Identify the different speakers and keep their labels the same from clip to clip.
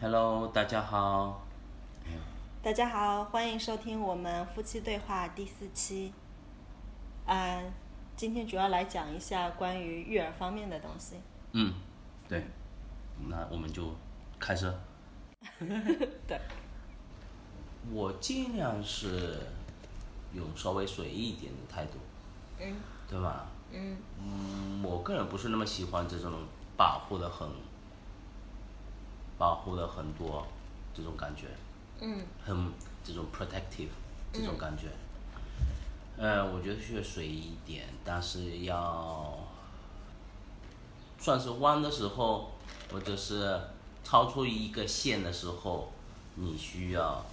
Speaker 1: Hello，大家好。
Speaker 2: 大家好，欢迎收听我们夫妻对话第四期。嗯、今天主要来讲一下关于育儿方面的东西。
Speaker 1: 嗯，对，那我们就开始。
Speaker 2: 对，
Speaker 1: 我尽量是有稍微随意一点的态度，
Speaker 2: 嗯
Speaker 1: 对吧？
Speaker 2: 嗯
Speaker 1: 嗯，我个人不是那么喜欢这种保护的很，保护的很多这种感觉，
Speaker 2: 嗯
Speaker 1: 很这种 protective 这种感觉。呃，我觉得需要随意一点，但是要算是弯的时候，或者是超出一个线的时候，你需要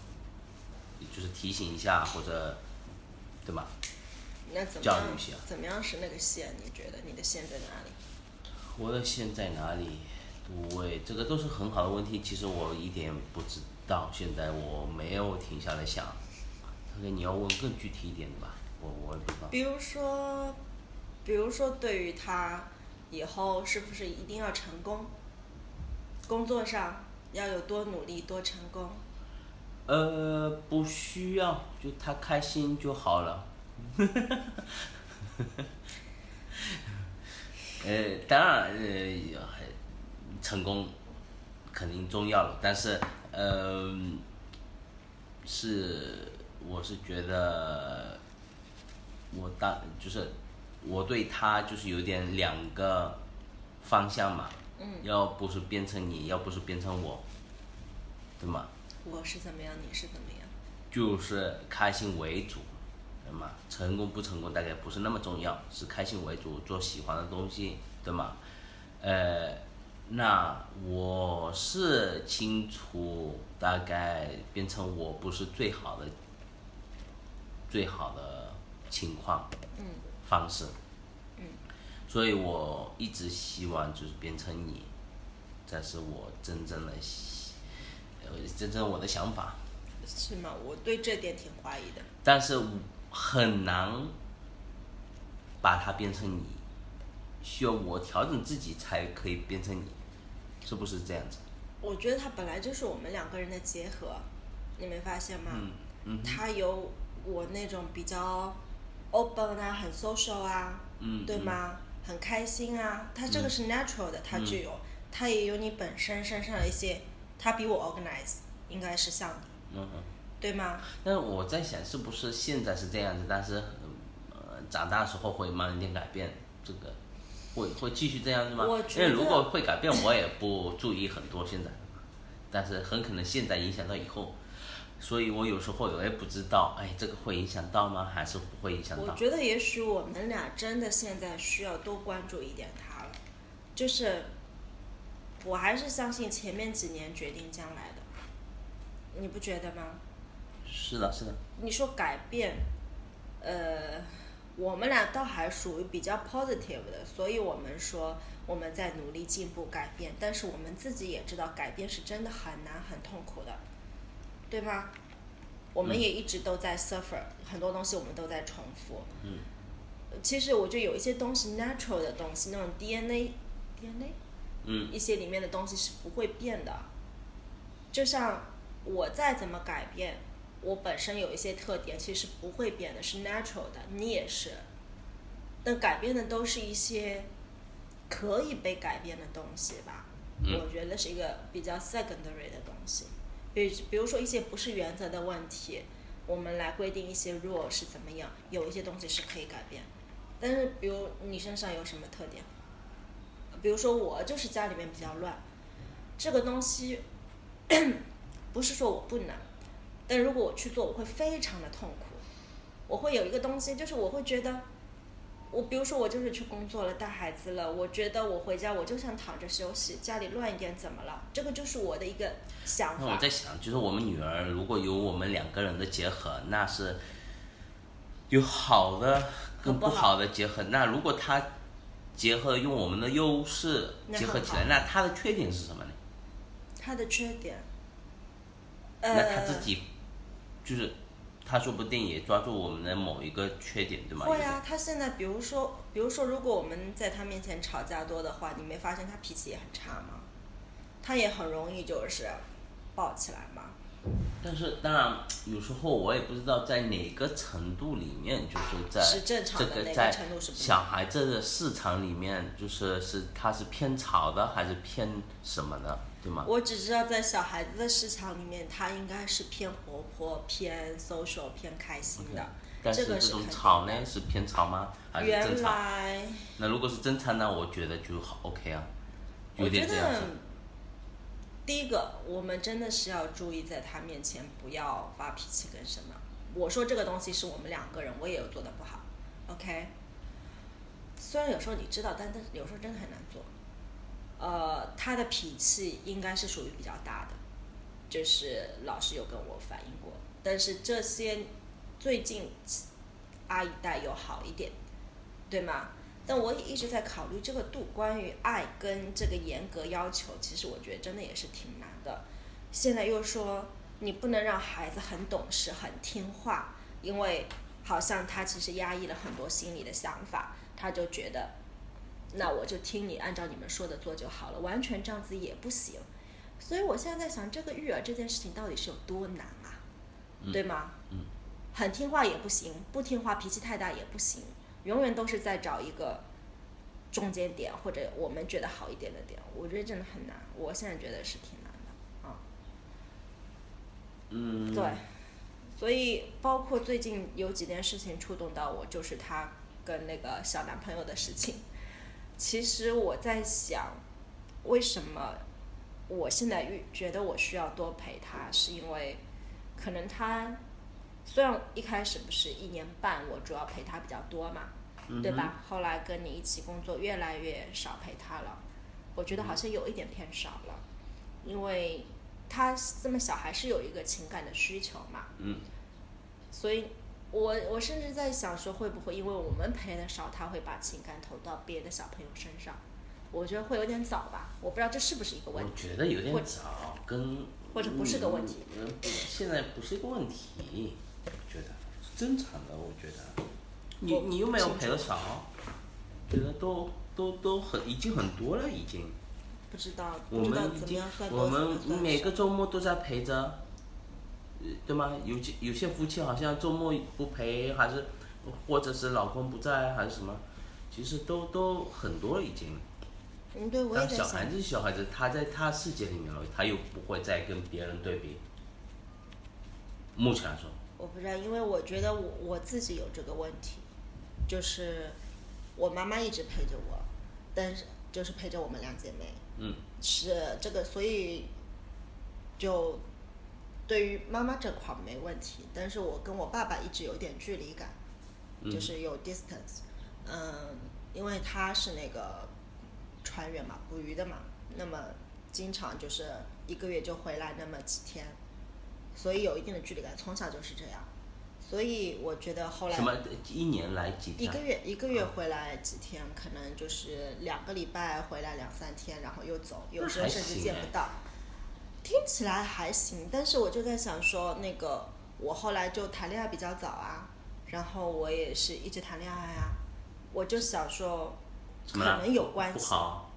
Speaker 1: 就是提醒一下或者，对吧？
Speaker 2: 那怎么
Speaker 1: 教
Speaker 2: 样
Speaker 1: 育一啊下？
Speaker 2: 怎么样是那个线？你觉得你的线在哪里？
Speaker 1: 我的线在哪里？对，这个都是很好的问题。其实我一点不知道，现在我没有停下来想。大概你要问更具体一点的吧，我我也不知道。
Speaker 2: 比如说，比如说，对于他以后是不是一定要成功，工作上要有多努力多成功？
Speaker 1: 呃，不需要，就他开心就好了。 呃，当然，呃，还成功肯定重要了，但是，呃，是我是觉得我当就是我对他就是有点两个方向嘛，嗯，要不是变成你，要不是变成我，对吗？
Speaker 2: 我是怎么样，你是怎么样？
Speaker 1: 就是开心为主，对吗？成功不成功大概不是那么重要，是开心为主，做喜欢的东西，对吗？呃，那我是清楚，大概变成我不是最好的，最好的情况，
Speaker 2: 嗯，
Speaker 1: 方式，
Speaker 2: 嗯，
Speaker 1: 所以我一直希望就是变成你，这是我真正的希，呃，真正我的想法，
Speaker 2: 是吗？我对这点挺怀疑的。
Speaker 1: 但是很难把它变成你，需要我调整自己才可以变成你，是不是这样子？
Speaker 2: 我觉得它本来就是我们两个人的结合，你没发现吗？
Speaker 1: 嗯嗯
Speaker 2: 他有我那种比较 open 啊，很 social 啊，
Speaker 1: 嗯，嗯
Speaker 2: 对？吗？很开心啊，他这个是 natural 的，他具有，他也有你本身身上的一些，他比我 organize，应该是像你，
Speaker 1: 嗯嗯。
Speaker 2: 对吗？
Speaker 1: 但是我在想，是不是现在是这样子，但是呃，长大时候会慢一点改变这个。会会继续这样子吗？
Speaker 2: 嗯我
Speaker 1: 因
Speaker 2: 觉
Speaker 1: 为
Speaker 2: 得
Speaker 1: 如果会改变，我也不注意很多现在，但是很可能现在影响到以后，所以我有时候也不知道，哎，这个会影响到吗？还是不会影响
Speaker 2: 我
Speaker 1: 到？
Speaker 2: 觉得也许我们俩真的现在需要多关注一点他了，就是我还是相信前面几年决定将来的，你不觉得吗？
Speaker 1: 是的，是的。
Speaker 2: 你说改变，呃，我们俩倒还属于比较 positive 的，所以我们说我们在努力进步改变，但是我们自己也知道改变是真的很难很痛苦的，对吗？我们
Speaker 1: 嗯
Speaker 2: 也一直都在 suffer，、很多东西我们都在重复。
Speaker 1: 嗯
Speaker 2: 呃。其实我觉得有一些东西 natural 的东西，那种 DNA DNA
Speaker 1: 嗯
Speaker 2: 一些里面的东西是不会变的。就像我再怎么改变，我本身有一些特点其实不会变的，是 natural 的，你也是。那改变的都是一些可以被改变的东西吧，
Speaker 1: 嗯
Speaker 2: 我觉得是一个比较 secondary 的东西。比比如说一些不是原则的问题，我们来规定一些 rule 是怎么样，有一些东西是可以改变。但是比如你身上有什么特点？比如说我就是家里面比较乱，这个东西不是说我不能，但如果我去做，我会非常的痛苦。我会有一个东西，就是我会觉得，我比如说我就是去工作了，带孩子了，我觉得我回家我就想躺着休息，家里乱一点怎么了？这个就是我的一个想
Speaker 1: 那我
Speaker 2: 法
Speaker 1: 在。想，就是我们女儿如果有我们两个人的结合，那是有好的跟
Speaker 2: 很
Speaker 1: 不
Speaker 2: 不好
Speaker 1: 好的结合。那如果她结合用我们的优势
Speaker 2: 那
Speaker 1: 结合
Speaker 2: 很
Speaker 1: 起
Speaker 2: 好
Speaker 1: 来，那她的缺点是什么呢？
Speaker 2: 他的缺点，
Speaker 1: 那
Speaker 2: 呃，
Speaker 1: 她自己就是她说不定也抓住我们的某一个缺点，对吗？
Speaker 2: 会啊，他现在比如说，比如说，如果我们在他面前吵架多的话，你没发现他脾气也很差吗？他也很容易就是抱起来嘛。
Speaker 1: 但是当然，有时候我也不知道在哪个程度里面，就是在
Speaker 2: 是正常
Speaker 1: 这
Speaker 2: 的
Speaker 1: 个
Speaker 2: 哪个
Speaker 1: 在
Speaker 2: 程度是不
Speaker 1: 小孩这个市场里面，就是是它是偏潮的还是偏什么的，对吗？
Speaker 2: 我只知道在小孩子的市场里面，他应该是偏活泼、偏 social、偏开心的。
Speaker 1: 但
Speaker 2: 这个
Speaker 1: 这
Speaker 2: 是
Speaker 1: 种
Speaker 2: 肯定
Speaker 1: 潮呢，是偏潮吗？还是正
Speaker 2: 原
Speaker 1: 常？
Speaker 2: 来
Speaker 1: 那如果是正常呢，我觉得就好 OK 啊，有
Speaker 2: 我觉
Speaker 1: 点这样子
Speaker 2: 得。，第一个，我们真的是要注意在他面前不要发脾气跟什么。我说这个东西是我们两个人，我也有做的不好，OK。虽然有时候你知道，但但是有时候真的很难做。呃，他的脾气应该是属于比较大的，就是老师有跟我反映过。但是这些最近阿一代有好一点，对吗？但我也一直在考虑这个度，关于爱跟这个严格要求，其实我觉得真的也是挺难的。现在又说你不能让孩子很懂事、很听话，因为好像他其实压抑了很多心里的想法，他就觉得，那我就听你按照你们说的做就好了，完全这样子也不行。所以我现在在想，这个育儿这件事情到底是有多难啊，对吗？
Speaker 1: 嗯，
Speaker 2: 很听话也不行，不听话脾气太大也不行，永远都是在找一个中间点或者我们觉得好一点的点。我觉得真的很难，我现在觉得是挺难的啊。
Speaker 1: 嗯，
Speaker 2: 对，所以包括最近有几件事情触动到我，就是她跟那个小男朋友的事情。其实我在想，为什么我现在遇觉得我需要多陪他，是因为可能他虽然一开始不是一年半，我主要陪他比较多嘛，
Speaker 1: 嗯哼
Speaker 2: 对吧？后来跟你一起工作，越来越少陪他了，我觉得好像有一点偏少了，因为他这么小还是有一个情感的需求嘛，
Speaker 1: 嗯，
Speaker 2: 所以我我甚至在想说，会不会因为我们陪的少，他会把情感投到别的小朋友身上？我觉得会有点早吧，我不知道这是不是一个
Speaker 1: 我
Speaker 2: 问题。
Speaker 1: 觉得有点
Speaker 2: 或者
Speaker 1: 早，跟
Speaker 2: 或者不是个问题
Speaker 1: 嗯，嗯现在不是一个问题，我觉得是正常的，我觉得。你
Speaker 2: 我
Speaker 1: 你又没有
Speaker 2: 不清
Speaker 1: 赔了少，觉得都都都很已经很多了，已经。
Speaker 2: 不知道，
Speaker 1: 我
Speaker 2: 不知道
Speaker 1: 们已
Speaker 2: 怎么
Speaker 1: 经
Speaker 2: 样算，
Speaker 1: 我
Speaker 2: 多，怎么
Speaker 1: 们
Speaker 2: 样算
Speaker 1: 每
Speaker 2: 少
Speaker 1: 个周末都在陪着，呃对吗？有些有些夫妻好像周末不陪，还是或者是老公不在，还是什么，其实都都很多已经。
Speaker 2: 嗯，对，我也
Speaker 1: 但
Speaker 2: 在
Speaker 1: 小
Speaker 2: 想
Speaker 1: 孩，子是小孩子，他在他世界里面了，他又不会再跟别人对比。目前来说，
Speaker 2: 我不知道，因为我觉得我我自己有这个问题，就是我妈妈一直陪着我，但是就是陪着我们两姐妹，
Speaker 1: 嗯
Speaker 2: 是这个，所以就对于妈妈这块儿没问题，但是我跟我爸爸一直有点距离感，
Speaker 1: 嗯
Speaker 2: 就是有 distance，嗯，因为他是那个船员嘛，捕鱼的嘛，那么经常就是一个月就回来那么几天，所以有一定的距离感，从小就是这样，所以我觉得后来
Speaker 1: 什么一年来几
Speaker 2: 一
Speaker 1: 天嗯
Speaker 2: 个？月一个月回来几天，可能就是两个礼拜回来两三天，然后又走，有时候
Speaker 1: 还
Speaker 2: 甚至
Speaker 1: 行
Speaker 2: 见
Speaker 1: 哎
Speaker 2: 不到。听起来还行，但是我就在想说，那个我后来就谈恋爱比较早啊，然后我也是一直谈恋爱啊，我就想说，
Speaker 1: 什
Speaker 2: 可
Speaker 1: 么啦
Speaker 2: 能有关
Speaker 1: 不
Speaker 2: 系，
Speaker 1: 好，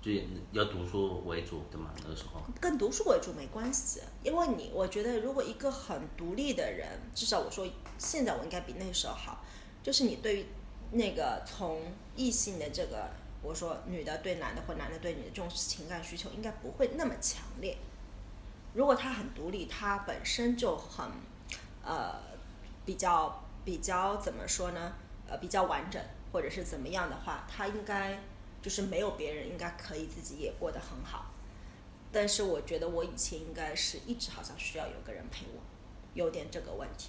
Speaker 1: 就要读书为主，对吗？那个时候，
Speaker 2: 跟读书为主没关系，因为你，我觉得如果一个很独立的人，至少我说现在我应该比那时候好，就是你对于那个从异性的这个，我说女的对男的或男的对女的这种情感需求，应该不会那么强烈。如果他很独立，他本身就很，呃，比较比较怎么说呢？呃，比较完整或者是怎么样的话，他应该就是没有别人，应该可以自己也过得很好。但是我觉得我以前应该是一直好像需要有个人陪我，有点这个问题。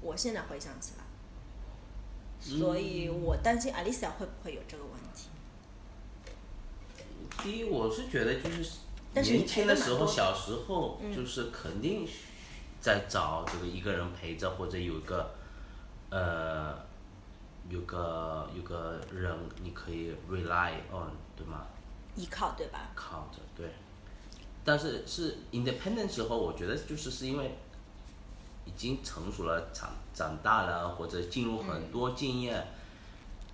Speaker 2: 我现在回想起来，所以我担心 Alicia 会不会有这个问题。
Speaker 1: 第一，我是觉得就是
Speaker 2: 但是你
Speaker 1: 年轻的
Speaker 2: 陪着
Speaker 1: 时候，
Speaker 2: 蛮多嗯
Speaker 1: 小时候就是肯定在找这个一个人陪着，或者有一个呃有个有个人你可以 rely on，对吗？
Speaker 2: 依靠对吧？
Speaker 1: 靠着对。但是是 independent 时候，我觉得就是是因为已经成熟了，长长大了，或者进入很多经验，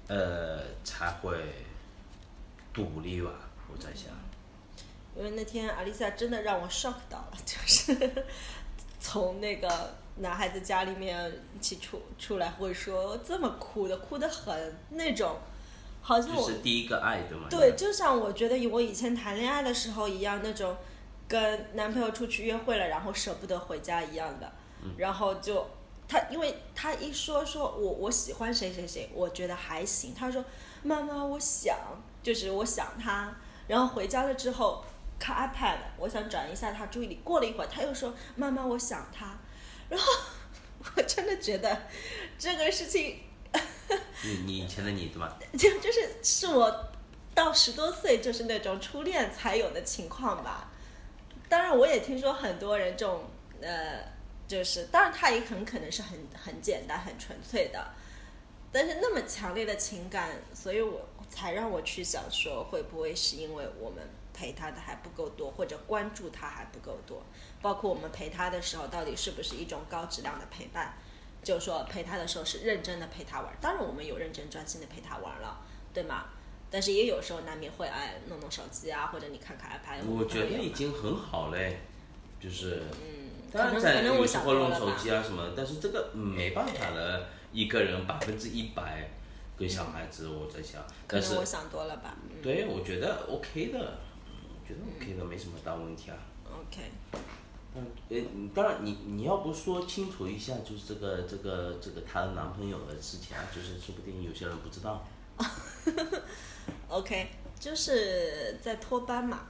Speaker 1: 呃，才会独立吧。我在想，
Speaker 2: 因为那天阿丽萨真的让我 shock 到了，就是 从那个男孩子家里面一起出出来，会说这么哭的，哭得很那种，好像
Speaker 1: 就
Speaker 2: 我
Speaker 1: 是第一个爱，对吗？
Speaker 2: 对，就像我觉得我以前谈恋爱的时候一样，那种跟男朋友出去约会了，然后舍不得回家一样的。然后就他，因为他一说说我我喜欢谁谁谁，我觉得还行。他说妈妈，我想就是我想他。然后回家了之后看 iPad，我想转移一下他注意力。过了一会儿，他又说妈妈，我想他。然后我真的觉得这个事情
Speaker 1: 你你以前的你，对吗？
Speaker 2: 就就是是我到十多岁就是那种初恋才有的情况吧。当然，我也听说很多人这种呃，就是当然他也很可能是很很简单、很纯粹的，但是那么强烈的情感，所以我才让我去想说，会不会是因为我们陪他的还不够多，或者关注他还不够多，包括我们陪他的时候，到底是不是一种高质量的陪伴？就是说陪他的时候是认真的陪他玩，当然我们有认真专心的陪他玩了，对吗？但是也有时候难免会哎弄弄手机啊，或者你看看 iPad 或
Speaker 1: 我
Speaker 2: 者
Speaker 1: 觉得
Speaker 2: 朋友
Speaker 1: 已经很好嘞，就是
Speaker 2: 嗯可
Speaker 1: 当然
Speaker 2: 能可
Speaker 1: 在
Speaker 2: 能我
Speaker 1: 有时
Speaker 2: 想
Speaker 1: 候
Speaker 2: 多
Speaker 1: 弄
Speaker 2: 了
Speaker 1: 手
Speaker 2: 吧。
Speaker 1: 机啊什么，但是这个没办法的，一个人百分之一百跟小孩子，我在想，
Speaker 2: 可
Speaker 1: 但
Speaker 2: 能
Speaker 1: 是
Speaker 2: 我想多了吧。嗯
Speaker 1: 对，我觉得 OK 的，我觉得 OK 的，没什么大问题啊。
Speaker 2: ，OK，
Speaker 1: 嗯，呃，你当然你，你要不说清楚一下，就是这个这个这个她的男朋友的事情啊，就是说不定有些人不知道。
Speaker 2: OK，就是在托班嘛，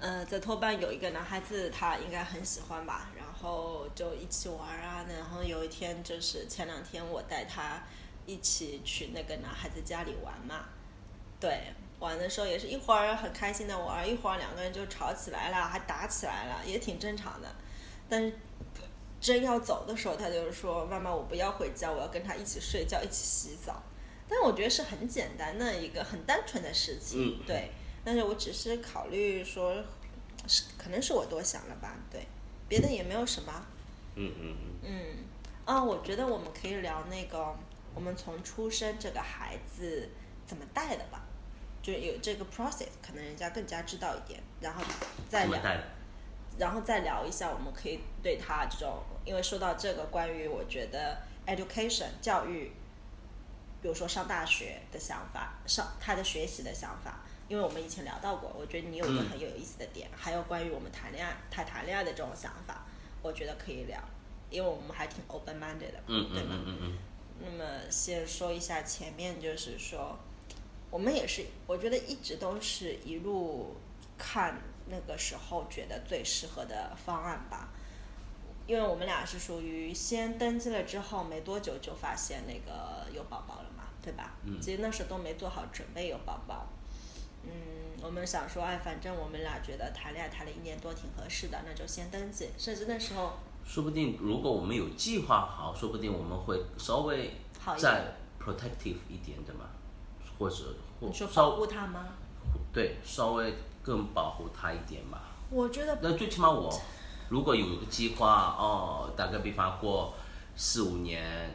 Speaker 2: 呃，在托班有一个男孩子，他应该很喜欢吧，然后就一起玩啊。然后有一天就是前两天我带他一起去那个男孩子家里玩嘛，对，玩的时候也是一会儿很开心的玩，一会儿两个人就吵起来了，还打起来了，也挺正常的。但是真要走的时候，他就是说：“妈妈，我不要回家，我要跟他一起睡觉，一起洗澡。”但我觉得是很简单的一个很单纯的事情，
Speaker 1: 嗯
Speaker 2: 对。但是我只是考虑说，是可能是我多想了吧，对，别的也没有什么。
Speaker 1: 嗯嗯嗯，
Speaker 2: 嗯，啊，我觉得我们可以聊那个我们从出生这个孩子怎么带的吧，就有这个 process，可能人家更加知道一点，然后再
Speaker 1: 怎么
Speaker 2: 聊，
Speaker 1: 带的？
Speaker 2: 然后再聊一下，我们可以对他这种，因为说到这个关于我觉得 education 教育，比如说上大学的想法，上他的学习的想法。因为我们以前聊到过，我觉得你有一个
Speaker 1: 嗯
Speaker 2: 很有意思的点，还有关于我们谈恋爱、他谈恋爱的这种想法，我觉得可以聊，因为我们还挺 open minded 的，
Speaker 1: 嗯
Speaker 2: 对
Speaker 1: 嗯
Speaker 2: 吗？
Speaker 1: 嗯嗯嗯，
Speaker 2: 那么先说一下前面，就是说，我们也是，我觉得一直都是一路看那个时候觉得最适合的方案吧，因为我们俩是属于先登记了之后没多久就发现那个有宝宝了嘛，对吧？
Speaker 1: 嗯
Speaker 2: 其实那时候都没做好准备有宝宝。嗯，我们想说，哎，反正我们俩觉得谈恋爱谈了一年多挺合适的，那就先登记。甚至那时候
Speaker 1: 说不定如果我们有计划好，说不定我们会稍微
Speaker 2: 好一点
Speaker 1: 再 protective 一点的嘛，或者或
Speaker 2: 你说
Speaker 1: 稍
Speaker 2: 保护他吗？
Speaker 1: 对稍微更保护他一点嘛。
Speaker 2: 我觉得
Speaker 1: 那最起码我如果有一个计划哦，打个比方过四五年，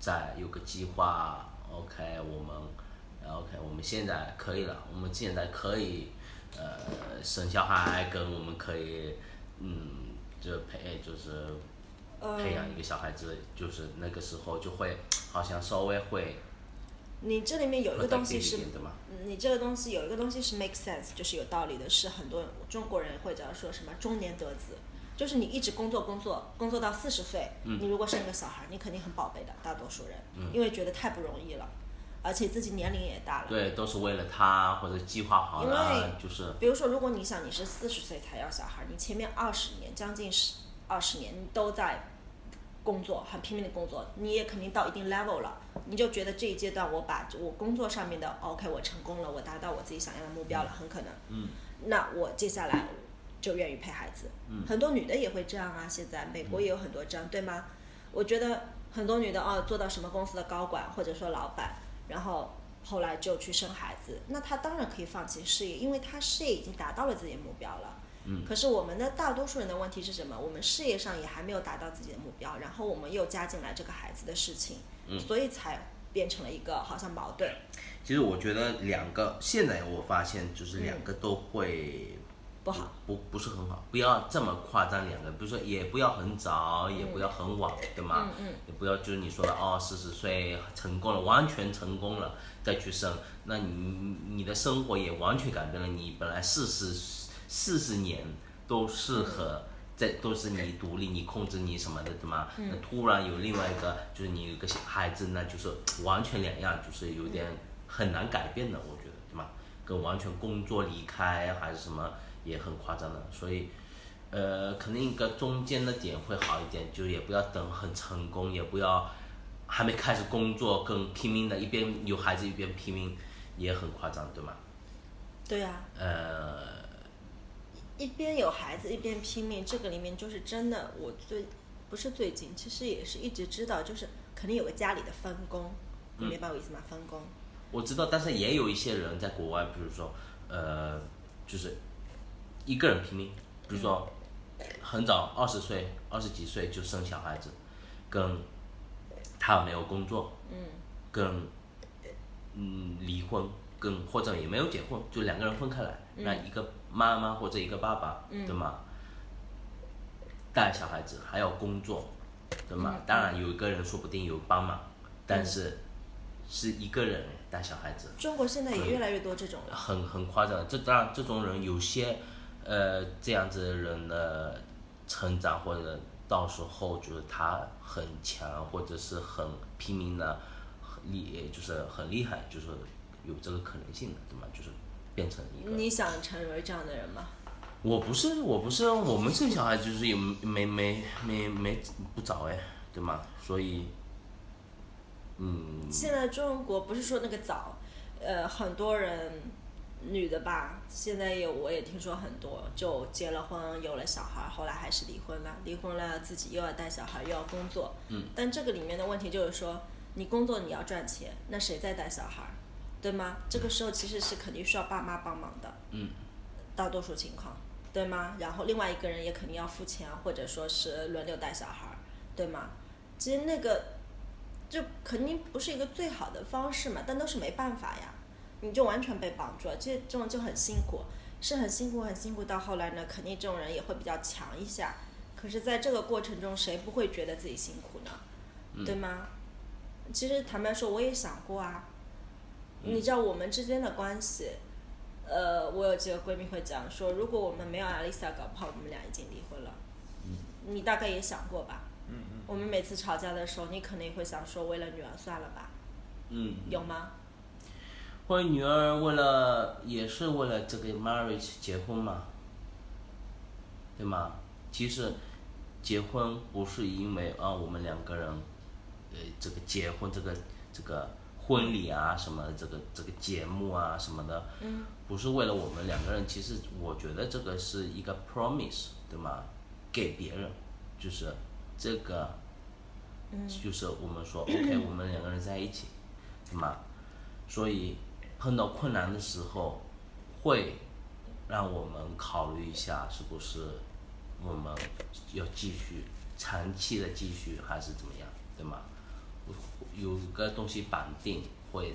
Speaker 1: 再有个计划，OK，我们呃 OK，我们现在可以了，我们现在可以呃生小孩，跟我们可以嗯就培就是
Speaker 2: 呃
Speaker 1: 培养一个小孩子，就是那个时候就会好像稍微会
Speaker 2: 你这里面有一个东西
Speaker 1: protective
Speaker 2: 是嗯
Speaker 1: 一，点的嘛，
Speaker 2: 你这个东西有一个东西是 make sense，就是有道理的，是很多中国人会叫说什么中年得子，就是你一直工作工作工作到四十岁，你如果生个小孩，你肯定很宝贝的，大多数人，因为觉得太不容易了，而且自己年龄也大了。
Speaker 1: 对，都是为了他或者计划好
Speaker 2: 因
Speaker 1: 了
Speaker 2: 为，
Speaker 1: 就是
Speaker 2: 比如说，如果你想你是四十岁才要小孩，你前面二十年将近十二十年你都在工作，很拼命的工作，你也肯定到一定 level 了，你就觉得这一阶段我把我工作上面的 OK 我成功了，我达到我自己想要的目标了，很可能，
Speaker 1: 嗯，
Speaker 2: 那我接下来就愿意陪孩子，
Speaker 1: 嗯
Speaker 2: 很多女的也会这样啊，现在美国也有很多这样，对吗？我觉得很多女的哦，做到什么公司的高管或者说老板，然后后来就去生孩子，那她当然可以放弃事业，因为她事业已经达到了自己的目标了。
Speaker 1: 嗯
Speaker 2: 可是我们的大多数人的问题是什么？我们事业上也还没有达到自己的目标，然后我们又加进来这个孩子的事情，
Speaker 1: 嗯
Speaker 2: 所以才变成了一个好像矛盾。
Speaker 1: 其实我觉得两个，现在我发现就是两个都会
Speaker 2: 不好，
Speaker 1: 不不是很好，不要这么夸张两个，比如说也不要很早，也不要很晚，对吗？
Speaker 2: 嗯嗯嗯
Speaker 1: 也不要就是你说的哦，四十岁成功了，完全成功了再去生，那你你的生活也完全改变了。你本来四十四十年都适合
Speaker 2: 嗯
Speaker 1: 在都是你独立，你控制你什么的，对吗？那突然有另外一个就是你有一个小孩子，那就是完全两样，就是有点很难改变的，我觉得，对吗？跟完全工作离开还是什么也很夸张的，所以。呃，肯定一个中间的点会好一点，就也不要等很成功，也不要还没开始工作更拼命的，一边有孩子一边拼命，也很夸张，对吗？
Speaker 2: 对啊，
Speaker 1: 嗯呃，
Speaker 2: 一边有孩子一边拼命，这个里面就是真的，我最不是最近，其实也是一直知道，就是肯定有个家里的分工，你
Speaker 1: 嗯
Speaker 2: 明白我意思吗？分工，
Speaker 1: 我知道，但是也有一些人在国外，比如说，呃，就是一个人拼命，比如说很早二十岁、二十几岁就生小孩子，跟他没有工作，
Speaker 2: 嗯
Speaker 1: 跟嗯离婚，跟或者也没有结婚，就两个人分开来，
Speaker 2: 嗯
Speaker 1: 那一个妈妈或者一个爸爸，
Speaker 2: 嗯
Speaker 1: 对吗？带小孩子还要工作，对吗？
Speaker 2: 嗯
Speaker 1: 当然有一个人说不定有帮忙，但是是一个人带小孩子，
Speaker 2: 中国现在
Speaker 1: 嗯
Speaker 2: 也越来越多这种了，
Speaker 1: 很很夸张。这当然这种人有些，呃，这样子的人的成长或者到时候就是他很强或者是很拼命的，很厉就是很厉害，就是有这个可能性的，对吗？就是变成一个。
Speaker 2: 你想成为这样的人吗？
Speaker 1: 我不是我不是我们生小孩就是也没没没没不早哎，对吗？所以，嗯，
Speaker 2: 现在中国不是说那个早，呃，很多人女的吧，现在也我也听说很多就结了婚，有了小孩，后来还是离婚了，离婚了自己又要带小孩，又要工作。
Speaker 1: 嗯。
Speaker 2: 但这个里面的问题就是说，你工作你要赚钱，那谁在带小孩，对吗？这个时候其实是肯定需要爸妈帮忙的。
Speaker 1: 嗯。
Speaker 2: 大多数情况，对吗？然后另外一个人也肯定要付钱，啊或者说是轮流带小孩儿，对吗？其实那个就肯定不是一个最好的方式嘛，但都是没办法呀，你就完全被绑住了，这这种就很辛苦，是很辛苦很辛苦。到后来呢，肯定这种人也会比较强一下，可是在这个过程中，谁不会觉得自己辛苦呢？对吗？其实坦白说，我也想过啊，你知道我们之间的关系，呃，我有几个闺蜜会讲说，如果我们没有阿丽萨，搞不好我们俩已经离婚了。你大概也想过吧？
Speaker 3: 嗯嗯，
Speaker 2: 我们每次吵架的时候，你可能也会想说，为了女儿算了吧，
Speaker 1: 嗯，
Speaker 2: 有吗？
Speaker 1: 或者女儿为了也是为了这个 marriage 结婚嘛，对吗？其实结婚不是因为啊我们两个人，呃，这个结婚这个这个婚礼啊什么的这个这个节目啊什么的，
Speaker 2: 嗯，
Speaker 1: 不是为了我们两个人。其实我觉得这个是一个 promise，对吗？给别人，就是这个，
Speaker 2: 嗯
Speaker 1: 就是我们说 OK，我们两个人在一起，对吗？所以碰到困难的时候，会让我们考虑一下，是不是我们要继续长期的继续，还是怎么样，对吗？有个东西绑定，会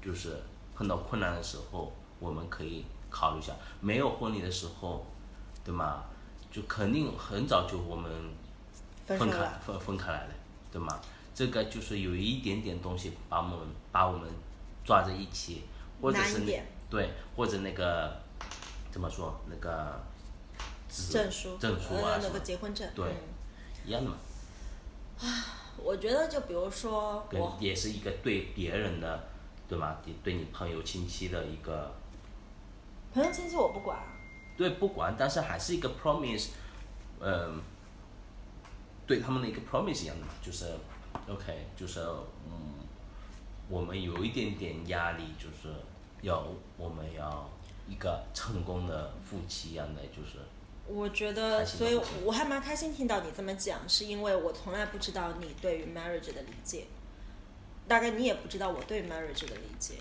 Speaker 1: 就是碰到困难的时候，我们可以考虑一下。没有婚礼的时候，对吗？就肯定很早就我们
Speaker 2: 分手
Speaker 1: 分开
Speaker 2: 了，
Speaker 1: 分分开来的，对吗？这个就是有一点点东西把我们把我们抓在一起，或者
Speaker 2: 难
Speaker 1: 是
Speaker 2: 一点
Speaker 1: 对，或者那个怎么说那个纸
Speaker 2: 证书，
Speaker 1: 证书
Speaker 2: 呃
Speaker 1: 啊
Speaker 2: 那
Speaker 1: 什么
Speaker 2: 个结婚证，
Speaker 1: 对
Speaker 2: 嗯
Speaker 1: 一样的嘛，
Speaker 2: 我觉得就比如说
Speaker 1: 跟
Speaker 2: 我，
Speaker 1: 也是一个对别人的对吗？对对你朋友亲戚的一个
Speaker 2: 朋友亲戚我不管啊，
Speaker 1: 对不管，但是还是一个 promise，嗯、对他们的一个 promise 一样的嘛，就是 OK，就是嗯，我们有一点点压力，就是要我们要一个成功的夫妻一样的，就是
Speaker 2: 我觉得，
Speaker 1: 开心
Speaker 2: 所以
Speaker 1: 到不行
Speaker 2: 我还蛮开心听到你这么讲，是因为我从来不知道你对于 marriage 的理解，大概你也不知道我对 marriage 的理解。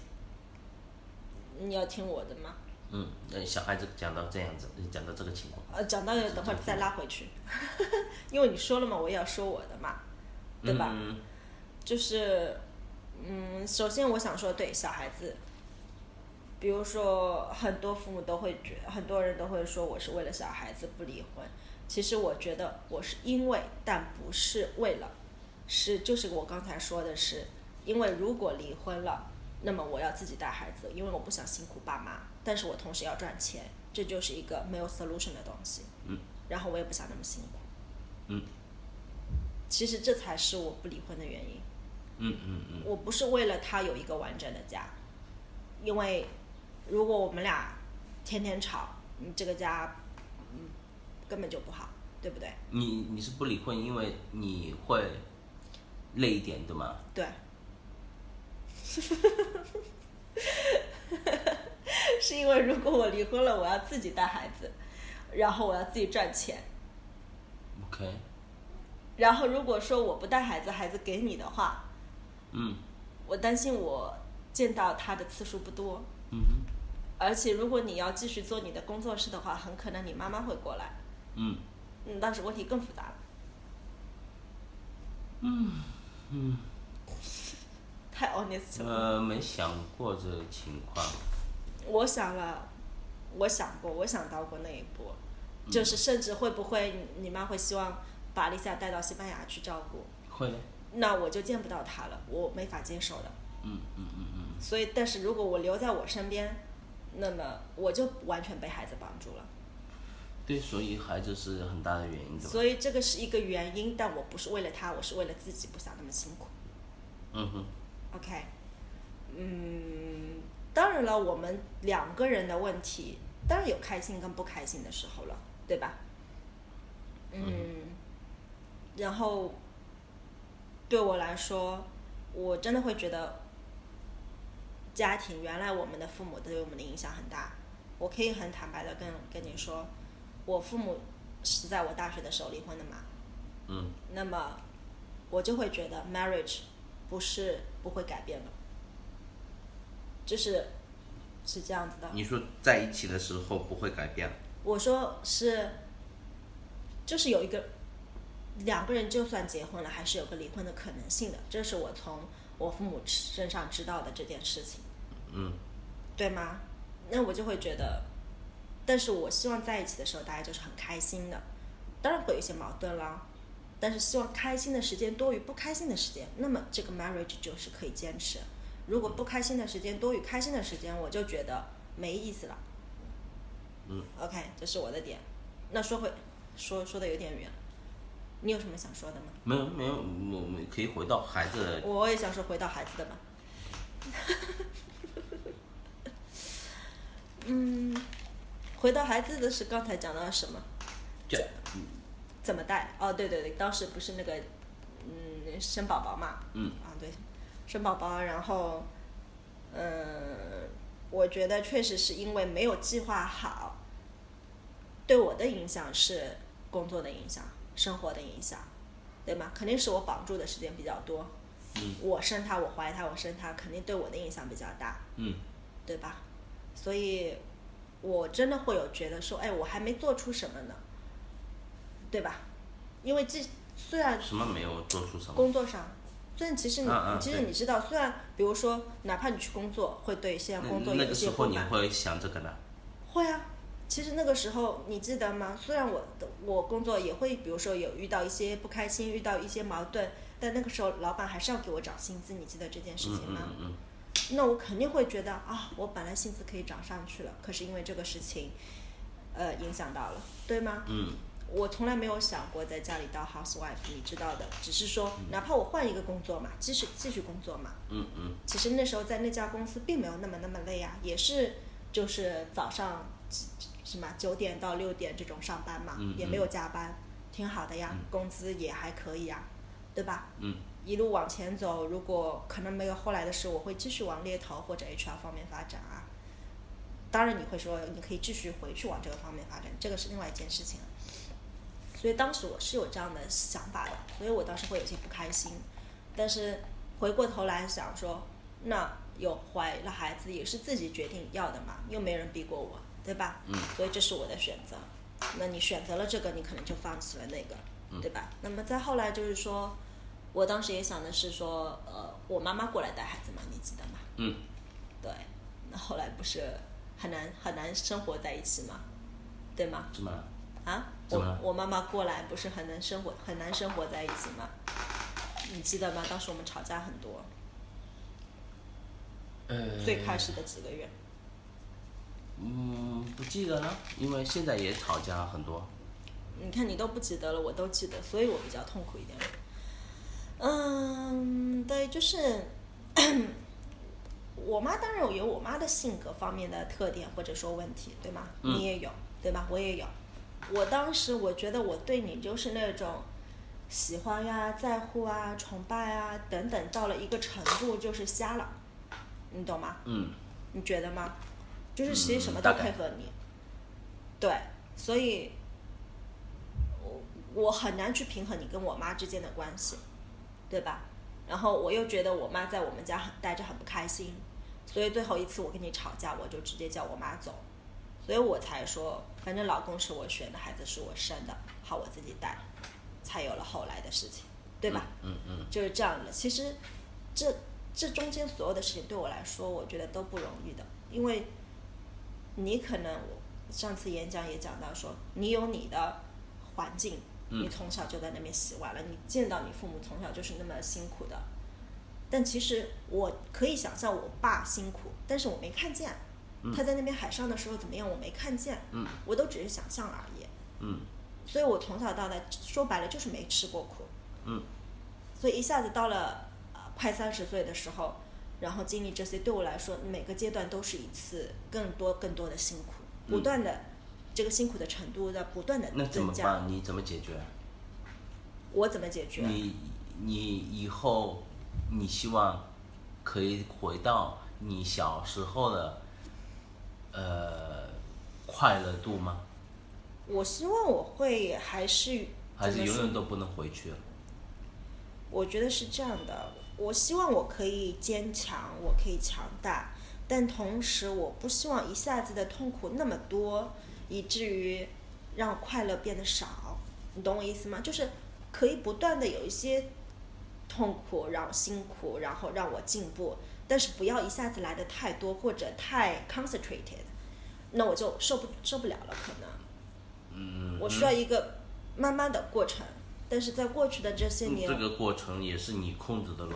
Speaker 2: 你要听我的吗？
Speaker 1: 嗯，那小孩子讲到这样子，讲到这个情况，
Speaker 2: 呃，讲到等会儿再拉回去， 因为你说了嘛，我也要说我的嘛，对吧？
Speaker 1: 嗯
Speaker 2: 就是，嗯，首先我想说，对小孩子，比如说，很多父母都会觉，很多人都会说我是为了小孩子不离婚。其实我觉得我是因为，但不是为了，是就是我刚才说的是，因为如果离婚了，那么我要自己带孩子，因为我不想辛苦爸妈，但是我同时要赚钱，这就是一个没有 solution 的东西。
Speaker 1: 嗯。
Speaker 2: 然后我也不想那么辛苦。
Speaker 1: 嗯。
Speaker 2: 其实这才是我不离婚的原因。
Speaker 1: 嗯嗯嗯，
Speaker 2: 我不是为了他有一个完整的家，因为如果我们俩天天吵，嗯，这个家嗯根本就不好，对不对？
Speaker 1: 你你是不离婚，因为你会累一点，对吗？
Speaker 2: 对。 是因为如果我离婚了，我要自己带孩子，然后我要自己赚钱。
Speaker 1: OK，
Speaker 2: 然后如果说我不带孩子，孩子给你的话，
Speaker 1: 嗯
Speaker 2: 我担心我见到他的次数不多。
Speaker 1: 嗯哼
Speaker 2: 而且如果你要继续做你的工作室的话，很可能你妈妈会过来，
Speaker 1: 嗯
Speaker 2: 嗯，当时问题更复杂了。
Speaker 1: 嗯，
Speaker 2: 太 honest 了。
Speaker 1: 呃，没想过这个情况，
Speaker 2: 我想了，我想过，我想到过那一步，
Speaker 1: 嗯
Speaker 2: 就是甚至会不会你你妈会希望把丽萨带到西班牙去照顾，
Speaker 1: 会的，
Speaker 2: 那我就见不到她了，我没法接受的。
Speaker 1: 嗯嗯嗯嗯，
Speaker 2: 所以，但是如果我留在我身边，那么我就完全被孩子绑住了。
Speaker 1: 对，所以孩子是很大的原因，对吧？
Speaker 2: 所以这个是一个原因，但我不是为了他，我是为了自己，不想那么辛苦。
Speaker 1: 嗯哼，
Speaker 2: OK，嗯，当然了，我们两个人的问题，当然有开心跟不开心的时候了，对吧？嗯，然后对我来说，我真的会觉得家庭原来我们的父母对我们的影响很大。我可以很坦白的跟跟你说，我父母是在我大学的时候离婚的嘛，
Speaker 1: 嗯
Speaker 2: 那么我就会觉得 marriage 不是不会改变的，就是是这样子的。
Speaker 1: 你说在一起的时候不会改变，
Speaker 2: 我说是，就是有一个两个人就算结婚了，还是有个离婚的可能性的，这是我从我父母身上知道的这件事情，
Speaker 1: 嗯
Speaker 2: 对吗？那我就会觉得，但是我希望在一起的时候，大家就是很开心的，当然会有一些矛盾啦，但是希望开心的时间多于不开心的时间，那么这个 marriage 就是可以坚持。如果不开心的时间多于开心的时间，我就觉得没意思了。
Speaker 1: 嗯
Speaker 2: ，OK，这是我的点。那说回说说的有点远，你有什么想说的吗？
Speaker 1: 没有没有，我们可以回到孩子的
Speaker 2: 我也想说回到孩子的吧。 嗯，回到孩子的是刚才讲到什么？
Speaker 1: 这，
Speaker 2: 怎么带？哦，对对对，当时不是那个，嗯，生宝宝嘛，
Speaker 1: 嗯
Speaker 2: 啊对，生宝宝，然后，嗯，我觉得确实是因为没有计划好，对我的影响是工作的影响，生活的影响，对吗？肯定是我绑住的时间比较多，
Speaker 1: 嗯
Speaker 2: 我生他，我怀他，我生他，肯定对我的影响比较大，
Speaker 1: 嗯
Speaker 2: 对吧？所以，我真的会有觉得说，哎，我还没做出什么呢，对吧？因为这虽然
Speaker 1: 嗯什么没有做出什么，
Speaker 2: 工作上，虽然其实你、
Speaker 1: 嗯嗯
Speaker 2: 其实
Speaker 1: 对
Speaker 2: 你知道，虽然比如说，哪怕你去工作，会对现在工
Speaker 1: 那
Speaker 2: 作
Speaker 1: 那
Speaker 2: 有
Speaker 1: 个
Speaker 2: 一
Speaker 1: 时
Speaker 2: 些
Speaker 1: 候
Speaker 2: 不
Speaker 1: 你
Speaker 2: 满，
Speaker 1: 会想这个的，
Speaker 2: 会啊。其实那个时候你记得吗？虽然我我工作也会，比如说有遇到一些不开心，遇到一些矛盾，但那个时候老板还是要给我涨薪资，你记得这件事
Speaker 1: 嗯
Speaker 2: 情啊
Speaker 1: 嗯
Speaker 2: 吗？
Speaker 1: 嗯嗯，
Speaker 2: 那我肯定会觉得啊，我本来薪资可以涨上去了，可是因为这个事情，呃，影响到了，对吗？
Speaker 1: 嗯
Speaker 2: 我从来没有想过在家里当 housewife，你知道的，只是说哪怕我换一个工作嘛，继续继续工作嘛。
Speaker 1: 嗯嗯
Speaker 2: 其实那时候在那家公司并没有那么那么累啊，也是就是早上几什么九点到六点这种上班嘛，
Speaker 1: 嗯嗯
Speaker 2: 也没有加班，挺好的呀
Speaker 1: 嗯，
Speaker 2: 工资也还可以呀，对吧？
Speaker 1: 嗯
Speaker 2: 一路往前走，如果可能没有后来的事，我会继续往猎头或者 HR 方面发展啊。当然，你会说你可以继续回去往这个方面发展，这个是另外一件事情了。所以当时我是有这样的想法的，所以我当时会有些不开心。但是回过头来想说，那有怀了孩子也是自己决定要的嘛，又没人逼过我，对吧？
Speaker 1: 嗯
Speaker 2: 所以这是我的选择。那你选择了这个，你可能就放弃了那个，
Speaker 1: 嗯
Speaker 2: 对吧？那么再后来就是说，我当时也想的是说，呃，我妈妈过来带孩子嘛，你记得吗？
Speaker 1: 嗯
Speaker 2: 对，那后来不是很难很难生活在一起嘛，对吗？
Speaker 1: 怎么了？
Speaker 2: 啊，
Speaker 1: 怎么
Speaker 2: 我
Speaker 1: 了
Speaker 2: 我妈妈过来不是很能生活很难生活在一起吗？你记得吗？当时我们吵架很多，
Speaker 1: 呃，
Speaker 2: 最开始的几个月，
Speaker 1: 嗯，不记得了，因为现在也吵架很多。
Speaker 2: 你看你都不记得了，我都记得，所以我比较痛苦一点。嗯，对，就是 我妈当然有我妈的性格方面的特点或者说问题，对吗？
Speaker 1: 嗯
Speaker 2: 你也有，对吧？我也有。我当时我觉得我对你就是那种喜欢呀、在乎啊、崇拜啊等等，到了一个程度就是瞎了，你懂吗？
Speaker 1: 嗯，
Speaker 2: 你觉得吗？就是其实什么
Speaker 1: 嗯
Speaker 2: 都
Speaker 1: 大概
Speaker 2: 配合你，对，所以我我很难去平衡你跟我妈之间的关系，对吧？然后我又觉得我妈在我们家很待着很不开心，所以最后一次我跟你吵架，我就直接叫我妈走，所以我才说，反正老公是我选的，孩子是我生的，好我自己带，才有了后来的事情，对吧？
Speaker 1: 嗯嗯
Speaker 2: 就是这样的。其实这这中间所有的事情对我来说，我觉得都不容易的，因为你可能我上次演讲也讲到说，你有你的环境，
Speaker 1: 嗯
Speaker 2: 你从小就在那边洗碗了，你见到你父母从小就是那么辛苦的。但其实我可以想象我爸辛苦，但是我没看见
Speaker 1: 嗯
Speaker 2: 他在那边海上的时候怎么样，我没看见，
Speaker 1: 嗯
Speaker 2: 我都只是想象而已。
Speaker 1: 嗯
Speaker 2: 所以我从小到大说白了就是没吃过苦，
Speaker 1: 嗯
Speaker 2: 所以一下子到了呃快三十岁的时候，然后经历这些，对我来说每个阶段都是一次更多更多的辛苦，
Speaker 1: 嗯
Speaker 2: 不断的、这个辛苦的程度在不断的
Speaker 1: 那怎
Speaker 2: 增
Speaker 1: 么
Speaker 2: 加。
Speaker 1: 办？你怎么解决？
Speaker 2: 我怎么解决？
Speaker 1: 你你以后你希望可以回到你小时候的呃快乐度吗？
Speaker 2: 我希望我会还是
Speaker 1: 还是
Speaker 2: 怎么
Speaker 1: 永
Speaker 2: 说
Speaker 1: 远都不能回去了？
Speaker 2: 我觉得是这样的，我希望我可以坚强，我可以强大，但同时我不希望一下子的痛苦那么多，以至于让快乐变得少。你懂我意思吗？就是可以不断的有一些痛苦，然后辛苦，然后让我进步，但是不要一下子来的太多或者太 concentrated，那我就受不受不了了，可能。
Speaker 1: 嗯，
Speaker 2: 我需要一个慢慢的过程，但是在过去的这些
Speaker 1: 嗯
Speaker 2: 年，
Speaker 1: 这个过程也是你控制的喽。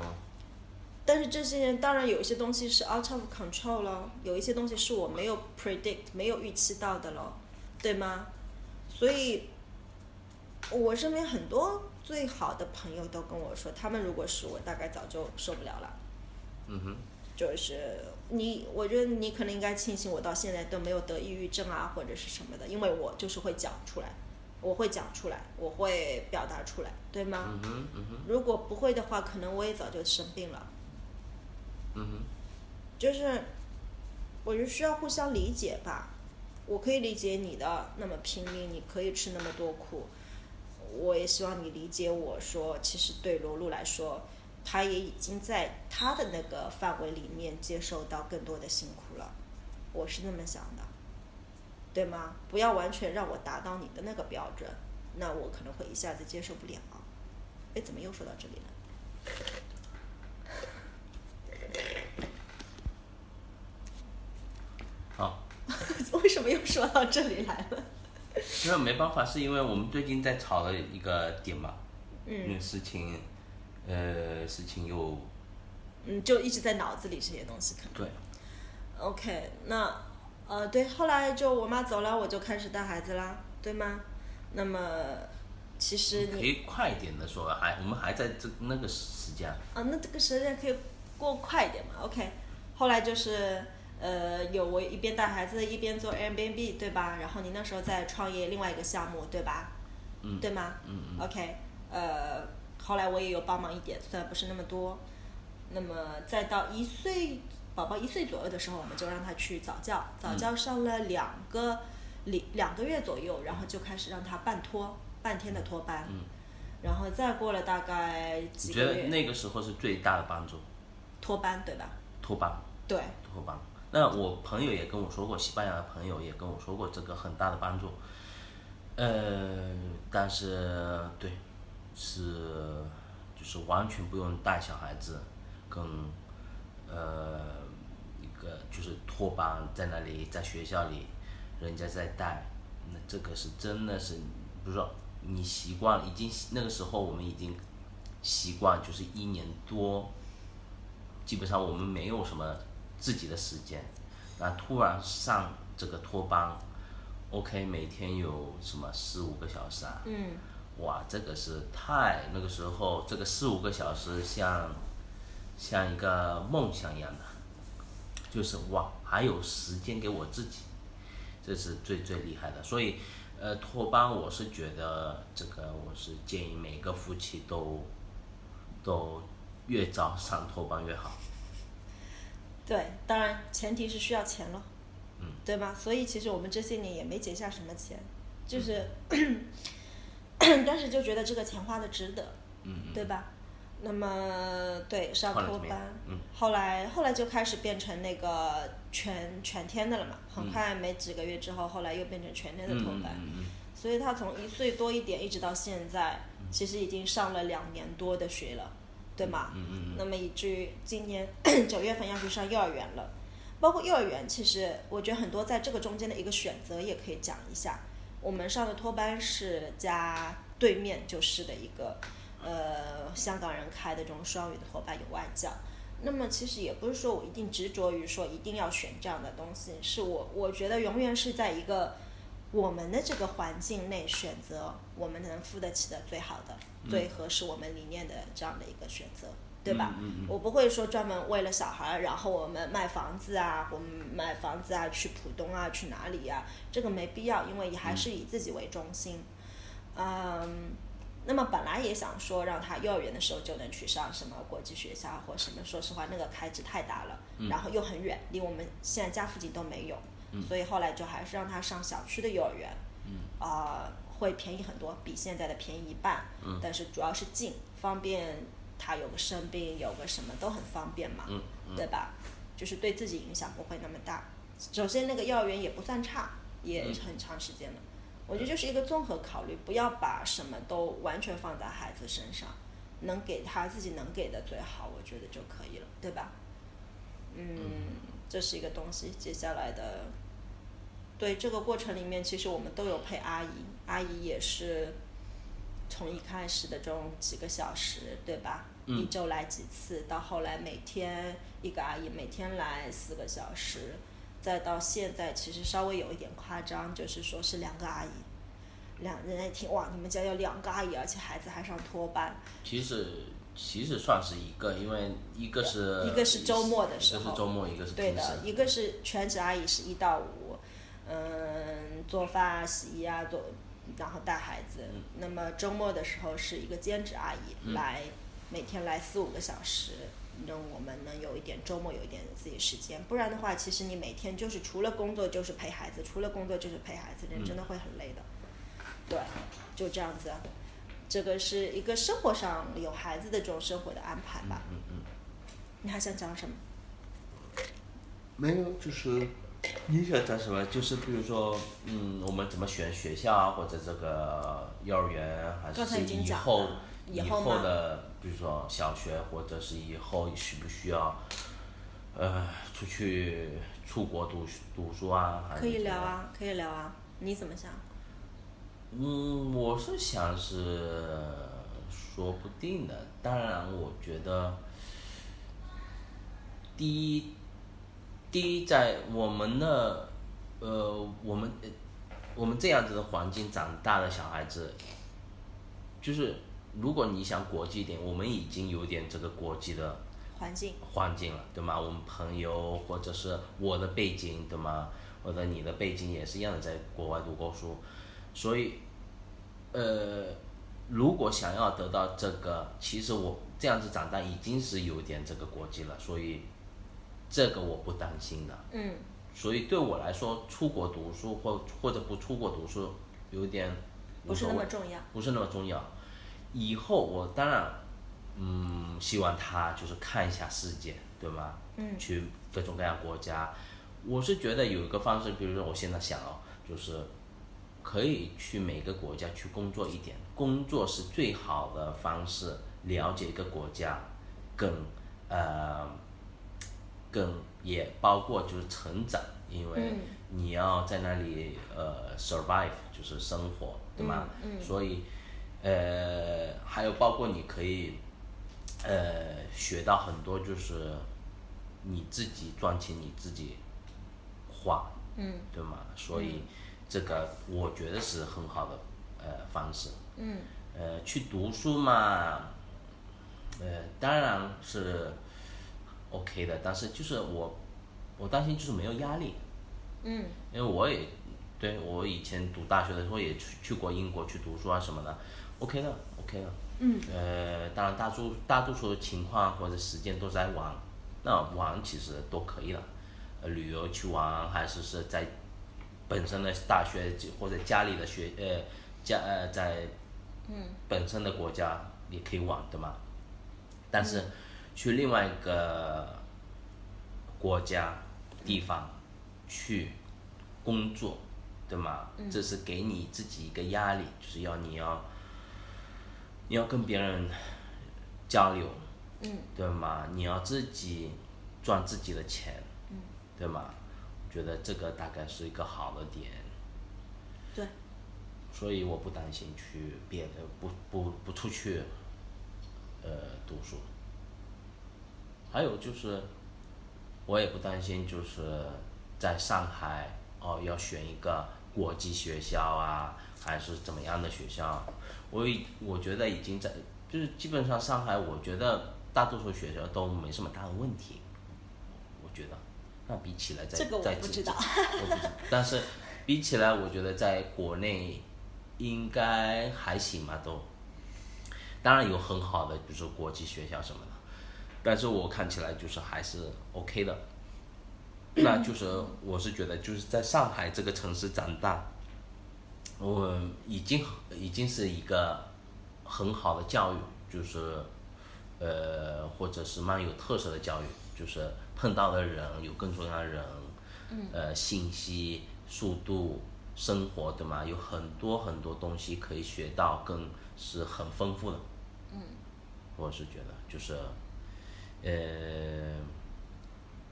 Speaker 2: 但是这些年，当然有一些东西是 out of control 了，有一些东西是我没有 predict 没有预期到的了，对吗？所以，我身边很多最好的朋友都跟我说，他们如果是我，大概早就受不了了。
Speaker 1: 嗯哼，
Speaker 2: 就是你，我觉得你可能应该庆幸我到现在都没有得抑郁症啊，或者是什么的，因为我就是会讲出来，我会讲出来，我会表达出来，对吗？
Speaker 1: 嗯哼，嗯哼，
Speaker 2: 如果不会的话，可能我也早就生病了。
Speaker 1: 嗯哼。
Speaker 2: 就是我就需要互相理解吧。我可以理解你的那么拼命，你可以吃那么多苦，我也希望你理解我说，其实对罗露来说，她也已经在她的那个范围里面接受到更多的辛苦了，我是那么想的，对吗？不要完全让我达到你的那个标准，那我可能会一下子接受不了。哎，怎么又说到这里了？
Speaker 1: 好，
Speaker 2: 为什么又说到这里来了？
Speaker 1: 那没办法，是因为我们最近在吵的一个点嘛，那
Speaker 2: 嗯
Speaker 1: 个事情，呃，事情又
Speaker 2: 嗯，就一直在脑子里这些东西可能。
Speaker 1: 对，
Speaker 2: OK，那呃对，后来就我妈走了，我就开始带孩子啦，对吗？那么其实
Speaker 1: 嗯可
Speaker 2: 你
Speaker 1: 以快一点的说，还我们还在这那个时间，
Speaker 2: 啊，那这个时间可以过快一点嘛？OK，后来就是呃有我一边带孩子一边做 Airbnb 对吧？然后你那时候在创业另外一个项目对吧？
Speaker 1: 嗯，
Speaker 2: 对吗？
Speaker 1: 嗯嗯
Speaker 2: OK，呃，后来我也有帮忙一点，虽然不是那么多。那么再到一岁，宝宝一岁左右的时候，我们就让他去早教，
Speaker 1: 嗯
Speaker 2: 早教上了两个两两个月左右，然后就开始让他半托半天的托班，
Speaker 1: 嗯，
Speaker 2: 然后再过了大概
Speaker 1: 你
Speaker 2: 几
Speaker 1: 觉
Speaker 2: 个
Speaker 1: 得
Speaker 2: 月
Speaker 1: 那个时候是最大的帮助，
Speaker 2: 托班对吧？
Speaker 1: 托邦，
Speaker 2: 对，
Speaker 1: 托邦。那我朋友也跟我说过，西班牙的朋友也跟我说过这个很大的帮助，呃，但是对，是就是完全不用带小孩子，跟呃一个就是托班在那里，在学校里，人家在带，那这个是真的是，不是说你习惯了，已经那个时候我们已经习惯，就是一年多，基本上我们没有什么自己的时间，那突然上这个托班，OK，每天有什么四五个小时啊，
Speaker 2: 嗯，
Speaker 1: 哇，这个是太那个时候，这个四五个小时像像一个梦想一样的，就是哇，还有时间给我自己，这是最最厉害的。所以，呃，托班我是觉得这个我是建议每个夫妻都都越早上托班越好。
Speaker 2: 对，当然前提是需要钱咯，
Speaker 1: 嗯，
Speaker 2: 对吧？所以其实我们这些年也没节下什么钱，
Speaker 1: 嗯
Speaker 2: 就是，但是就 觉得这个钱花的值得，
Speaker 1: 嗯嗯。
Speaker 2: 对吧？那么对上
Speaker 1: 后来
Speaker 2: 托
Speaker 1: 怎么样
Speaker 2: 班，
Speaker 1: 嗯
Speaker 2: 后来后来就开始变成那个全全天的了嘛，很快没几个月之后，后来又变成全天的
Speaker 1: 嗯
Speaker 2: 托
Speaker 1: 嗯
Speaker 2: 班，
Speaker 1: 嗯嗯，
Speaker 2: 所以他从一岁多一点一直到现在，其实已经上了两年多的学了，对吗？
Speaker 1: 嗯嗯嗯
Speaker 2: 那么以至于今年 九月份要去上幼儿园了。包括幼儿园，其实我觉得很多在这个中间的一个选择也可以讲一下。我们上的托班是家对面就是的一个，呃，香港人开的这种双语的托班有外教。那么其实也不是说我一定执着于说一定要选这样的东西，是我我觉得永远是在一个我们的这个环境内选择我们能付得起的最好的、最合适我们理念的这样的一个选择，对吧？
Speaker 1: 嗯嗯嗯
Speaker 2: 我不会说专门为了小孩儿，然后我们卖房子啊，我们买房子啊，去浦东啊，去哪里呀、这个没必要，因为也还是以自己为中心。嗯，那么本来也想说让他幼儿园的时候就能去上什么国际学校或什么，说实话那个开支太大了，
Speaker 1: 嗯
Speaker 2: 然后又很远，离我们现在家附近都没有，所以后来就还是让他上小区的幼儿园，啊、会便宜很多，比现在的便宜一半，但是主要是近，方便他有个生病有个什么都很方便嘛，
Speaker 1: 嗯
Speaker 2: 对吧？就是对自己影响不会那么大。首先那个幼儿园也不算差，也很长时间了。我觉得就是一个综合考虑，不要把什么都完全放在孩子身上，能给他自己能给的最好，我觉得就可以了，对吧？嗯，这是一个东西。接下来的，对这个过程里面，其实我们都有陪阿姨，阿姨也是从一开始的这种几个小时，对吧？
Speaker 1: 嗯
Speaker 2: 一周来几次，到后来每天一个阿姨每天来四个小时，再到现在，其实稍微有一点夸张，就是说是两个阿姨，两人家一听哇，你们家有两个阿姨，而且孩子还上托班，
Speaker 1: 其实其实算是一个，因为一个是
Speaker 2: 一个是周末的时
Speaker 1: 一个
Speaker 2: 候
Speaker 1: 是周末，一个是
Speaker 2: 对
Speaker 1: 平时
Speaker 2: 的，。一个是全职阿姨是一到五，嗯，做饭啊、洗衣啊，做然后带孩子。
Speaker 1: 嗯
Speaker 2: 那么周末的时候是一个兼职阿姨、来，每天来四五个小时，让我们能有一点周末有一点自己时间。不然的话，其实你每天就是除了工作就是陪孩子，除了工作就是陪孩子，人真
Speaker 1: 嗯
Speaker 2: 的会很累的。对，就这样子。这个是一个生活上有孩子的这种生活的安排吧。
Speaker 1: 嗯嗯。
Speaker 2: 你还想讲什么？
Speaker 1: 没有，就是你想讲什么？就是比如说，嗯，我们怎么选学校啊，或者这个幼儿园，还
Speaker 2: 刚才
Speaker 1: 是
Speaker 2: 已经
Speaker 1: 以
Speaker 2: 讲
Speaker 1: 后
Speaker 2: 了以
Speaker 1: 以
Speaker 2: 后吗
Speaker 1: 的，比如说小学，或者是以后需不需要，呃，出去出国读读书啊？还是
Speaker 2: 可以
Speaker 1: 怎么
Speaker 2: 聊
Speaker 1: 样。
Speaker 2: 啊，可以聊啊，你怎么想？
Speaker 1: 嗯，我是想是说不定的。当然，我觉得第一，第一在我们的呃，我们呃我们这样子的环境长大的小孩子，就是如果你想国际一点，我们已经有点这个国际的
Speaker 2: 环境，
Speaker 1: 环境了，对吗？我们朋友或者是我的背景，对吗？或者你的背景也是一样的，在国外读过书，所以，呃，如果想要得到这个，其实我这样子长大已经是有点这个国际了，所以这个我不担心的。
Speaker 2: 嗯，
Speaker 1: 所以对我来说，出国读书或或者不出国读书，有点
Speaker 2: 不
Speaker 1: 无
Speaker 2: 是
Speaker 1: 所
Speaker 2: 那
Speaker 1: 谓
Speaker 2: 么重要。
Speaker 1: 不是那么重要。以后我当然，嗯，希望他就是看一下世界，对吗？
Speaker 2: 嗯
Speaker 1: 去各种各样国家，我是觉得有一个方式，比如说我现在想哦，就是可以去每个国家去工作一点，工作是最好的方式了解一个国家，更呃更也包括就是成长，因为
Speaker 2: 嗯
Speaker 1: 你要在那里呃 survive，就是生活，对吗？
Speaker 2: 嗯嗯
Speaker 1: 所以呃，还有包括你可以呃学到很多，就是你自己赚钱，你自己花，
Speaker 2: 嗯
Speaker 1: 对吗？所以这个我觉得是很好的呃方式。
Speaker 2: 嗯
Speaker 1: 呃，去读书嘛，呃，当然是 OK 的，但是就是我，我担心就是没有压力，
Speaker 2: 嗯
Speaker 1: 因为我也对我以前读大学的时候也去去过英国去读书啊什么的，OK 的，OK 的。
Speaker 2: 嗯。
Speaker 1: 呃，当然大多大多数情况啊或者时间都在玩，那玩其实都可以了，呃，旅游去玩还是是在本身的大学或者家里的学呃家呃在
Speaker 2: 嗯
Speaker 1: 本身的国家也可以玩的嘛，但是去另外一个国家地方去工作，对吗？
Speaker 2: 嗯
Speaker 1: 这是给你自己一个压力，就是要你要你要跟别人交流，
Speaker 2: 嗯
Speaker 1: 对吗？你要自己赚自己的钱，
Speaker 2: 嗯
Speaker 1: 对吗？我觉得这个大概是一个好的点。
Speaker 2: 对，
Speaker 1: 所以我不担心去别的不不不出去，呃，读书。还有就是，我也不担心，就是在上海哦，要选一个国际学校啊，还是怎么样的学校？我已我觉得已经在，就是基本上上海，我觉得大多数学校都没什么大的问题，我觉得。那比起来在，
Speaker 2: 这
Speaker 1: 在
Speaker 2: 个我不知道
Speaker 1: 我不知道但是比起来，我觉得在国内应该还行吧，都。当然有很好的，比如说国际学校什么的，但是我看起来就是还是 OK 的。那就是我是觉得就是在上海这个城市长大，我已经已经是一个很好的教育，就是呃或者是蛮有特色的教育，就是碰到的人有更重要的人，呃信息速度。生活对吗？有很多很多东西可以学到，更是很丰富的。我是觉得就是，呃，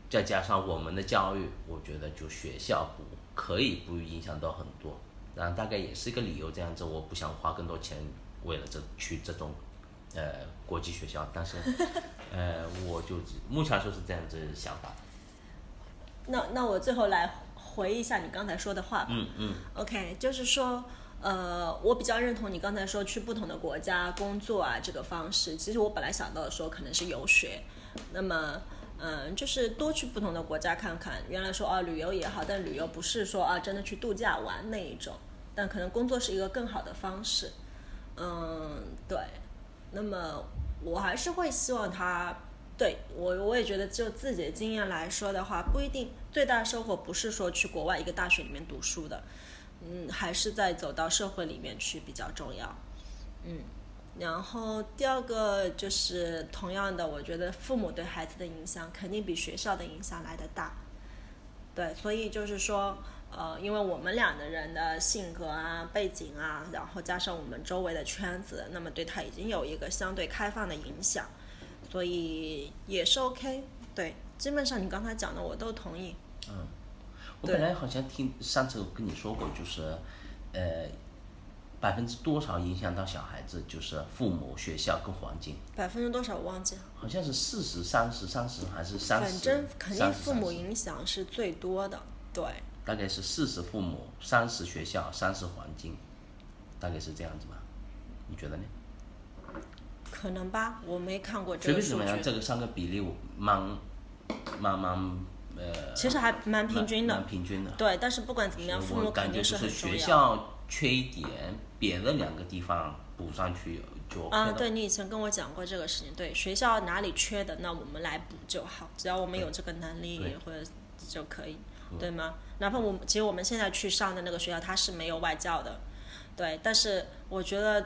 Speaker 1: 再加上我们的教育，我觉得就学校不可以不影响到很多，然后大概也是一个理由，这样子我不想花更多钱为了这去这种，呃，国际学校，但是， 呃，我就只目前就是这样子想法，
Speaker 2: 那那我最后来回一下你刚才说的话吧。
Speaker 1: 嗯嗯
Speaker 2: OK，就是说，呃，我比较认同你刚才说去不同的国家工作啊这个方式。其实我本来想到的说可能是游学，那么。嗯，就是多去不同的国家看看。原来说啊，旅游也好，但旅游不是说啊，真的去度假玩那一种，但可能工作是一个更好的方式。嗯，对。那么我还是会希望他对我，我也觉得就自己的经验来说的话，不一定最大的收获不是说去国外一个大学里面读书的，嗯，还是在走到社会里面去比较重要。嗯，然后第二个就是同样的，我觉得父母对孩子的影响肯定比学校的影响来得大。对，所以就是说，呃，因为我们两个人的性格啊、背景啊，然后加上我们周围的圈子，那么对他已经有一个相对开放的影响，所以也是 OK。对，基本上你刚才讲的我都同意。
Speaker 1: 嗯，我
Speaker 2: 对
Speaker 1: 本来好像听上次我跟你说过，就是，呃，百分之多少影响到小孩子，就是父母、学校跟环境。
Speaker 2: 百分之多少我忘记了，
Speaker 1: 好像是四十、三十、三十还是三十？
Speaker 2: 反正肯定父母
Speaker 1: 30
Speaker 2: 影响是最多的。对，
Speaker 1: 大概是四十父母，三十学校，三十环境，大概是这样子吧？你觉得呢？
Speaker 2: 可能吧，我没看过这
Speaker 1: 随
Speaker 2: 个
Speaker 1: 便怎
Speaker 2: 数
Speaker 1: 么样，
Speaker 2: 据，
Speaker 1: 这个三个比例我蛮蛮蛮呃，
Speaker 2: 其实还蛮平均的
Speaker 1: 蛮。平均的。
Speaker 2: 对，但是不管怎么样，父
Speaker 1: 我
Speaker 2: 母肯
Speaker 1: 感觉
Speaker 2: 定
Speaker 1: 就是
Speaker 2: 很
Speaker 1: 学
Speaker 2: 重要。
Speaker 1: 校缺一点，别的两个地方补上去就 OK 了。
Speaker 2: 啊，对你以前跟我讲过这个事情，对学校哪里缺的，那我们来补就好，只要我们有这个能力
Speaker 1: 对
Speaker 2: 或者就可以，对吗？哪怕我们其实我们现在去上的那个学校，它是没有外教的，对，但是我觉得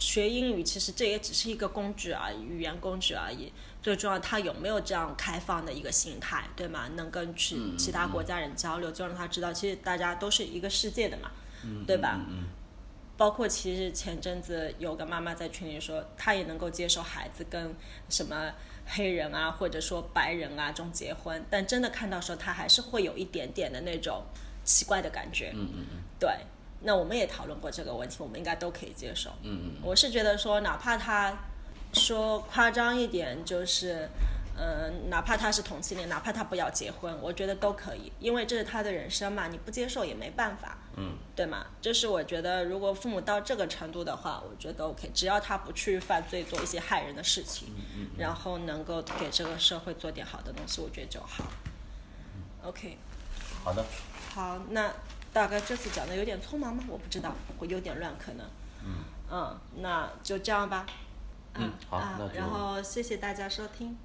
Speaker 2: 学英语其实这也只是一个工具而已，语言工具而已。最重要，他有没有这样开放的一个心态，对吗？能跟去其嗯他国家人交流，就让他知道，其实大家都是一个世界的嘛，对吧？包括其实前阵子有个妈妈在群里说，她也能够接受孩子跟什么黑人啊，或者说白人啊中结婚，但真的看到时候，她还是会有一点点的那种奇怪的感觉。
Speaker 1: 嗯嗯嗯
Speaker 2: 对，那我们也讨论过这个问题，我们应该都可以接受。
Speaker 1: 嗯
Speaker 2: 我是觉得说，哪怕他说夸张一点，就是，嗯、哪怕他是同性恋，哪怕他不要结婚，我觉得都可以，因为这是他的人生嘛，你不接受也没办法，
Speaker 1: 嗯，
Speaker 2: 对吗？就是我觉得，如果父母到这个程度的话，我觉得 OK，只要他不去犯罪，做一些害人的事情，
Speaker 1: 嗯
Speaker 2: 然后能够给这个社会做点好的东西，我觉得就好。OK，
Speaker 1: 嗯，好的，
Speaker 2: 好，那大概这次讲的有点匆忙吗？我不知道，我有点乱，可能。嗯，那就这样吧。
Speaker 1: 嗯好
Speaker 2: 啊
Speaker 1: 那就
Speaker 2: 然后谢谢大家收听，